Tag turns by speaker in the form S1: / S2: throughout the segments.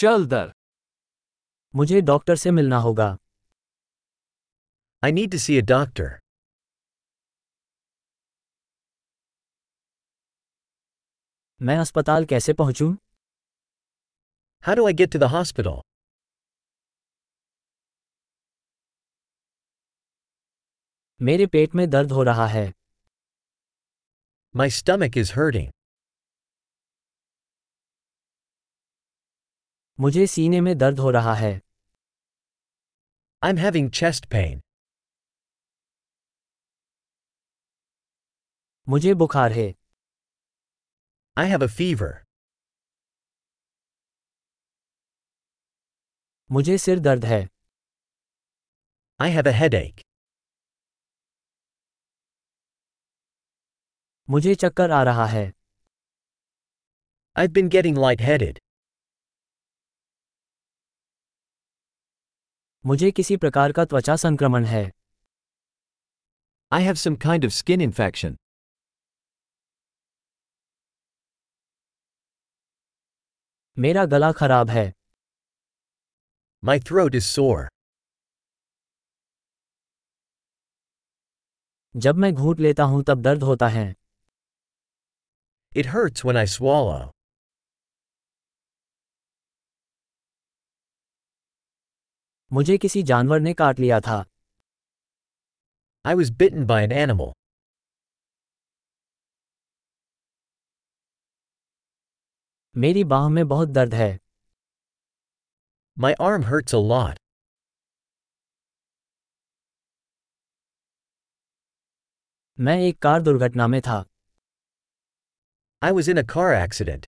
S1: चल दर
S2: मुझे डॉक्टर से मिलना होगा
S3: I need to see a doctor.
S2: मैं अस्पताल कैसे पहुंचूं?
S3: How do I get to the hospital?
S2: मेरे पेट में दर्द हो रहा है
S3: My stomach is hurting.
S2: मुझे सीने में दर्द हो रहा है
S3: I'm having chest pain.
S2: मुझे बुखार है
S3: I have a fever.
S2: मुझे सिर दर्द है
S3: I have a headache.
S2: मुझे चक्कर आ रहा है
S3: I've been getting lightheaded.
S2: मुझे किसी प्रकार का त्वचा संक्रमण है
S3: I have some kind of skin infection.
S2: मेरा गला खराब है
S3: My throat is sore.
S2: जब मैं घूंट लेता हूं तब दर्द होता है
S3: It hurts when I swallow.
S2: मुझे किसी जानवर ने काट लिया था
S3: I was bitten by an animal.
S2: मेरी बाह में बहुत दर्द है
S3: My arm hurts a lot.
S2: मैं एक कार दुर्घटना में था
S3: I was in a car accident.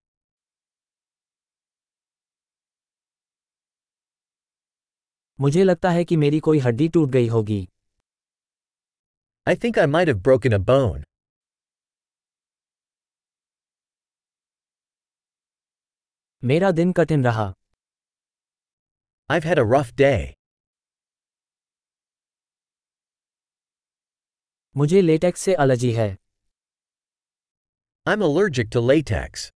S2: मुझे लगता है कि मेरी कोई हड्डी टूट गई होगी
S3: I think I might have broken a bone.
S2: मेरा दिन कठिन रहा
S3: I've had a rough day.
S2: मुझे लेटेक्स से एलर्जी है
S3: I'm allergic to latex.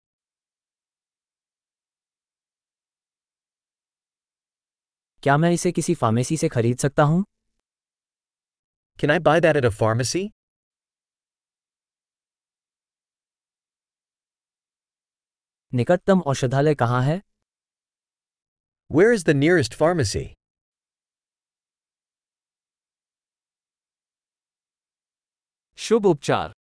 S2: क्या मैं इसे किसी फार्मेसी से खरीद सकता हूँ
S3: Can I buy that at a pharmacy?
S2: निकटतम औषधालय कहाँ है
S3: Where is the nearest pharmacy?
S1: शुभ उपचार